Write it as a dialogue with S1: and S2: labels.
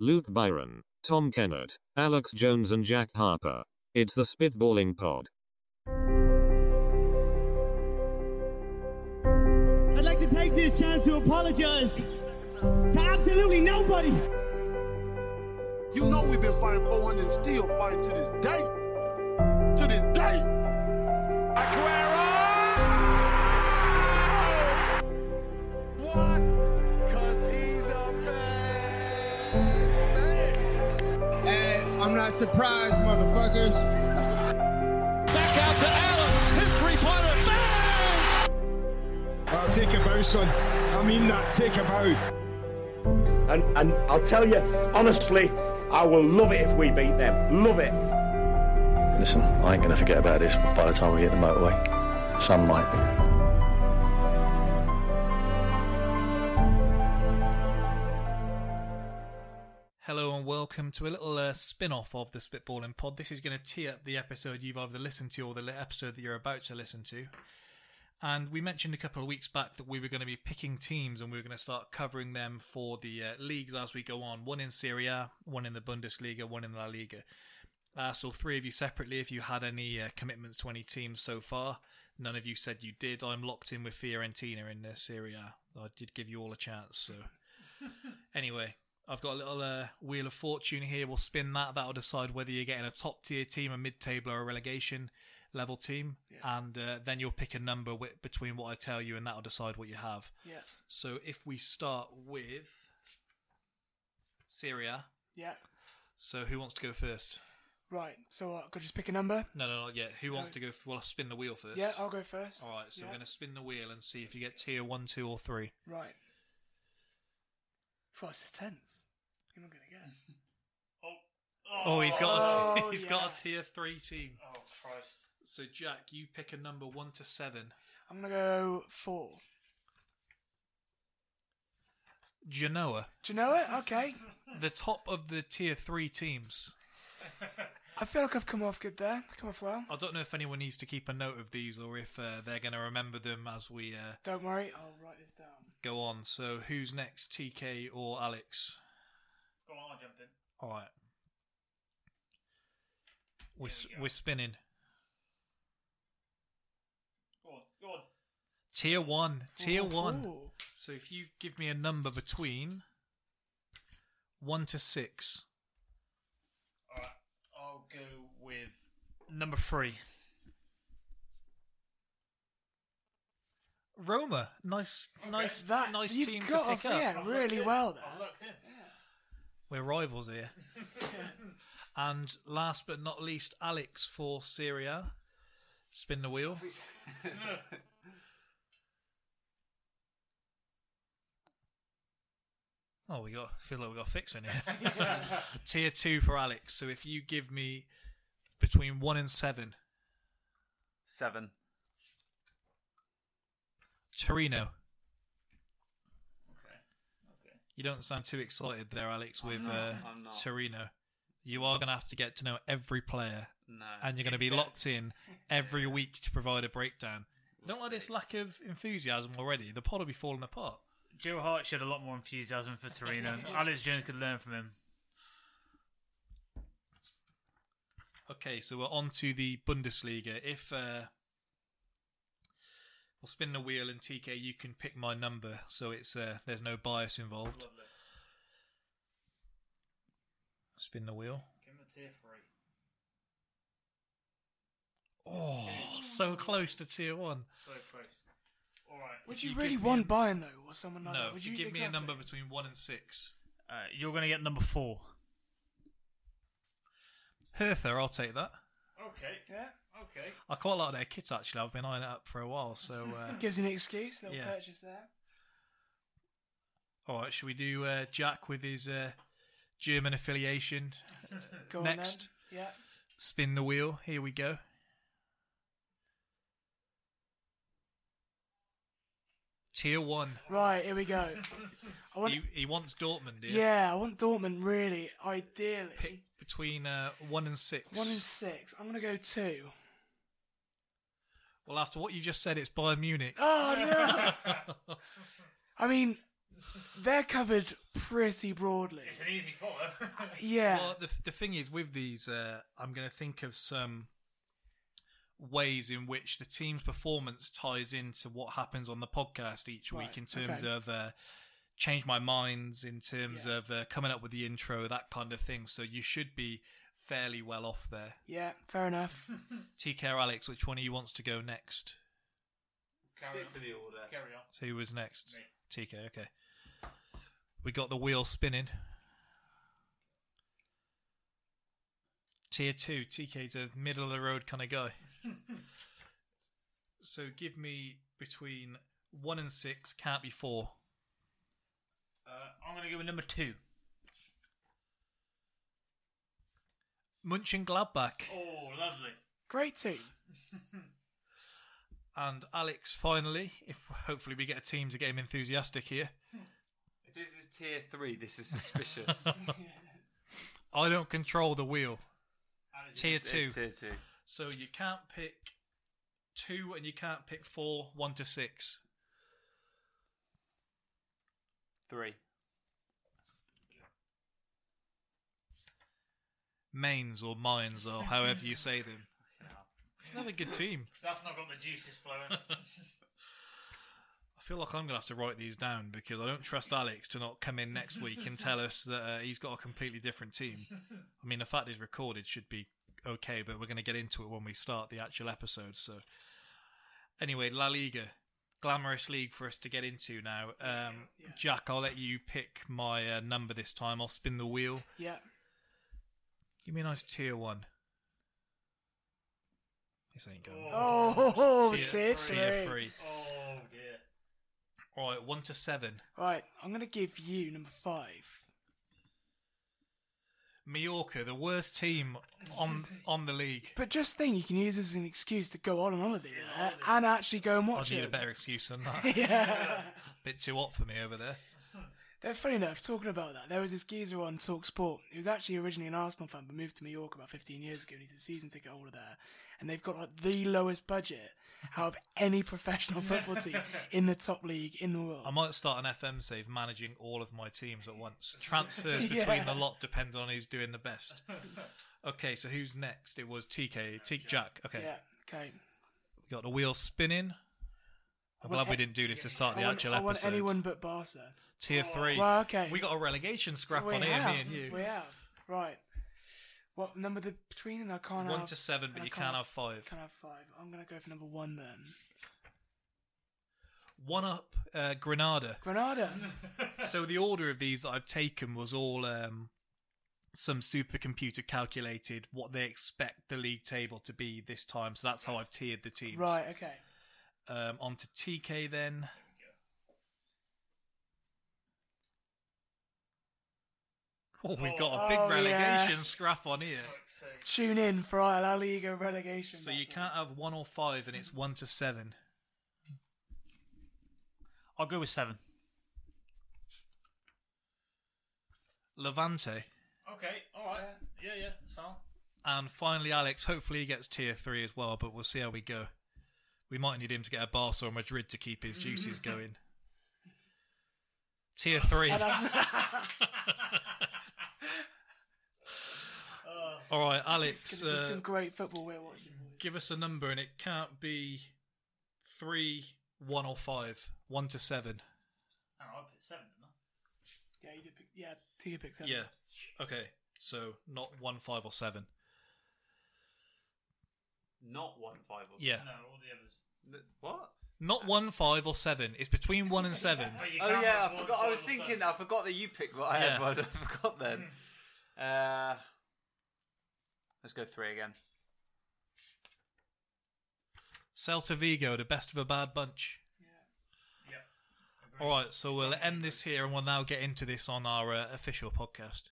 S1: Luke Byron, Tom Kennett, Alex Jones, and Jack Harper. It's the Spitballing Pod.
S2: I'd like to take this chance to apologize to absolutely nobody.
S3: You know we've been fighting 400 and still fighting to this day. To this day. Aguero!
S4: What? Cause he's a man.
S5: Hey, I'm not surprised, motherfuckers.
S4: Back out to Allen. His three pointer. Bang!
S6: I'll take a bow, son. I mean that. Take a bow.
S7: And, and I'll tell you, honestly, I will love it if we beat them. Love it.
S8: Listen, I ain't gonna forget about this by the time we hit the motorway. Some might.
S9: Hello and welcome to a little uh, spin off of the Spitballing Pod. This is going to tee up the episode you've either listened to or the li- episode that you're about to listen to. And we mentioned a couple of weeks back that we were going to be picking teams and we were going to start covering them for the uh, leagues as we go on one in Serie A, one in the Bundesliga, one in La Liga. Uh, so, three of you separately, if you had any uh, commitments to any teams so far. None of you said you did. I'm locked in with Fiorentina in uh, Serie A. I did give you all a chance, so. Anyway, I've got a little uh, wheel of fortune here. We'll spin that. That'll decide whether you're getting a top tier team, a mid table, or a relegation level team. And uh, then you'll pick a number wi between what I tell you, and that'll decide what you have.
S10: Yeah,
S9: So if we start with Syria,
S10: yeah.
S9: so who wants to go first?
S10: Right. So what? Could just pick a number.
S9: No, no, not yet. Who wants to go? F- well, I'll spin the wheel first.
S10: Yeah, I'll go first.
S9: All right, so
S10: yeah.
S9: we're going to spin the wheel and see if you get tier one, two, or three.
S10: Right. Fuck, this is tense. You're not gonna get. it.
S9: Oh, he's got a t-
S10: Oh,
S9: he's got a
S10: yes.
S9: tier three team. Oh Christ! So Jack, you pick a number one to seven.
S10: I'm gonna go four.
S9: Genoa,
S10: Do you know it? Okay.
S9: the top of the tier three teams.
S10: I feel like I've come off good there. I've come off well.
S9: I don't know if anyone needs to keep a note of these or if uh, they're going to remember them as we uh,
S10: Don't worry. I'll write this down.
S9: go on. So who's next, TK or Alex? Go on, I'll jump in. All right. We're, s- we're spinning. Go on, go on. Tier one, tier
S10: Ooh,
S9: one.
S10: ooh.
S9: So if you give me a number between one to six,
S4: I'll go with number three.
S9: Roma, nice, nice,
S10: That
S9: nice
S10: you've
S9: team to
S10: got
S9: pick
S10: off,
S9: up.
S10: yeah, really well there.
S9: We're rivals here. and last but not least, Alex for Syria. Spin the wheel. oh, we got. Feel like we got fixing here. Tier two for Alex. So if you give me between one and seven,
S7: Seven.
S9: Torino. You don't sound too excited there, Alex, with uh, Torino. You are going to have to get to know every player,
S7: No.
S9: and you're going to be locked in every week to provide a breakdown. don't like this lack of enthusiasm already. The pod will be falling apart.
S4: Joe Hart showed a lot more enthusiasm for Torino. Alex Jones could learn from him.
S9: Okay, so we're on to the Bundesliga. If uh, we'll spin the wheel and TK, you can pick my number, so it's uh, there's no bias involved. Spin the wheel. Give him a tier three. Oh, so close to tier one.
S10: Would you,
S9: you
S10: really
S9: give me
S10: want
S9: a-
S10: Bayern though, or someone like
S9: No,
S10: that? Would
S9: if you
S10: you
S9: give me a
S10: exactly?
S9: number between one and six.
S4: Uh, you're going to get number four.
S9: Hertha, I'll take that.
S10: Yeah.
S9: I quite like their kit actually. I've been eyeing it up for a while. So, uh,
S10: Gives you an excuse. Little
S9: Yeah.
S10: purchase there.
S9: all right, should we do uh, Jack with his uh, German affiliation?
S10: Go
S9: Next.
S10: on then. Yeah.
S9: Spin the wheel. Here we go. Tier one.
S10: Right. Here we go. I want.
S9: He, he wants Dortmund. Here.
S10: yeah. I want Dortmund really, ideally.
S9: Pick between uh, one and six.
S10: One and six. I'm gonna go two.
S9: well, after what you just said, it's Bayern Munich.
S10: Oh no! I mean, They're covered pretty broadly.
S11: It's an easy follow.
S10: Yeah.
S9: Well, the, the thing is with these, uh, I'm going to think of some ways in which the team's performance ties into what happens on the podcast each week in terms
S10: okay.
S9: of uh, change my minds, in terms of uh, coming up with the intro, that kind of thing. So you should be fairly well off there.
S10: Yeah, fair enough.
S9: TK or Alex, which one of you wants to go next?
S11: Stick to the order. Carry on.
S9: So who was next? TK, okay. We got the wheel spinning. Tier 2, TK's a middle of the road kind of guy. so give me between 1 and 6, can't be 4.
S11: Uh, I'm going to go with number two.
S9: Munchen Gladbach.
S11: Oh, lovely.
S10: Great team.
S9: And Alex, finally, if hopefully we get a team to get him enthusiastic here.
S11: Hmm. If this is tier three, this is suspicious.
S9: I don't control the wheel.
S11: How does it-
S9: Tier
S11: it's
S9: two.
S11: Tier two.
S9: So you can't pick two and you can't pick four, one to six.
S11: Three.
S9: Mains or Mines or however you say them. It's another good team.
S11: That's not got the juices flowing.
S9: I feel like I'm going to have to write these down because I don't trust Alex to not come in next week and tell us that uh, he's got a completely different team. I mean, the fact he's recorded should be okay, but we're going to get into it when we start the actual episode. So, anyway, La Liga, glamorous league for us to get into now. Um, Jack, I'll let you pick my uh, number this time. I'll spin the wheel.
S10: Yeah.
S9: Give me a nice tier one. This ain't going.
S10: Oh, ho, ho,
S9: Tier-
S10: tier
S9: tier
S10: three.
S11: oh dear.
S9: All right, one to seven.
S10: Right, I'm going to give you number five.
S9: Mallorca, the worst team on on the league.
S10: But just think, you can use this as an excuse to go on holiday there and actually go and
S9: I
S10: watch
S9: need a
S10: it.
S9: better excuse than that.
S10: yeah.
S9: Bit too hot for me over there.
S10: They're funny enough, talking about that, there was this geezer on Talk Sport. He was actually originally an Arsenal fan, but moved to Mallorca about 15 years ago, and he's a season ticket holder there. And they've got like the lowest budget out of any professional football team in the top league in the world.
S9: I might start an FM save managing all of my teams at once. Transfers
S10: Yeah.
S9: between the lot depend on who's doing the best. Okay, so who's next? It was TK, T- Jack. Okay,
S10: Yeah, okay.
S9: we got the wheel spinning. I'm
S10: want
S9: glad we
S10: a-
S9: didn't do this to start
S10: I
S9: the
S10: want,
S9: actual
S10: I want
S9: episode.
S10: anyone but Barca.
S9: Tier three.
S10: Well, okay.
S9: We got a relegation scrap
S10: we
S9: on here,
S10: have,
S9: me and you.
S10: We have. Right. What number the between and I can't
S9: One
S10: have,
S9: to seven, but
S10: and I
S9: you can't have five.
S10: Can have five. I'm gonna go for number one then.
S9: One up, uh, Granada.
S10: Granada.
S9: so the order of these that I've taken was all um, some supercomputer calculated what they expect the league table to be this time. So that's how I've tiered the teams.
S10: right. Okay.
S9: Um, on to TK then. Oh, we've got a big
S10: Oh,
S9: relegation
S10: yes.
S9: scrap on here.
S10: Tune in for our La Liga relegation.
S9: So you
S10: battle.
S9: can't have one or five, and it's one to seven.
S11: I'll go with seven.
S9: Levante.
S11: Okay. All right. Yeah, yeah. Sound.
S9: And finally, Alex. Hopefully, he gets tier three as well, but we'll see how we go. We might need him to get a Barca or Madrid to keep his juices going. Tier three.
S10: Oh,
S9: All right,
S10: It's
S9: Alex.
S10: gonna be
S9: Uh,
S10: some great football we're watching.
S9: give us a number, and it can't be three, one, or five. One to seven.
S11: Hang on, I put seven, didn't I?
S10: Yeah, you did pick, yeah, two picks.
S9: Yeah. Okay. So not one, five, or seven.
S11: Not one five or
S9: Yeah.
S11: No, all the others. what?
S9: Not one, five, or seven. It's between one and seven.
S12: Oh yeah, I forgot. I was thinking. I forgot that you picked what I
S9: Yeah.
S12: had, but I forgot then. Uh, let's go three again.
S9: Celta Vigo, the best of a bad bunch. All right, so we'll end this here, and we'll now get into this on our uh, official podcast.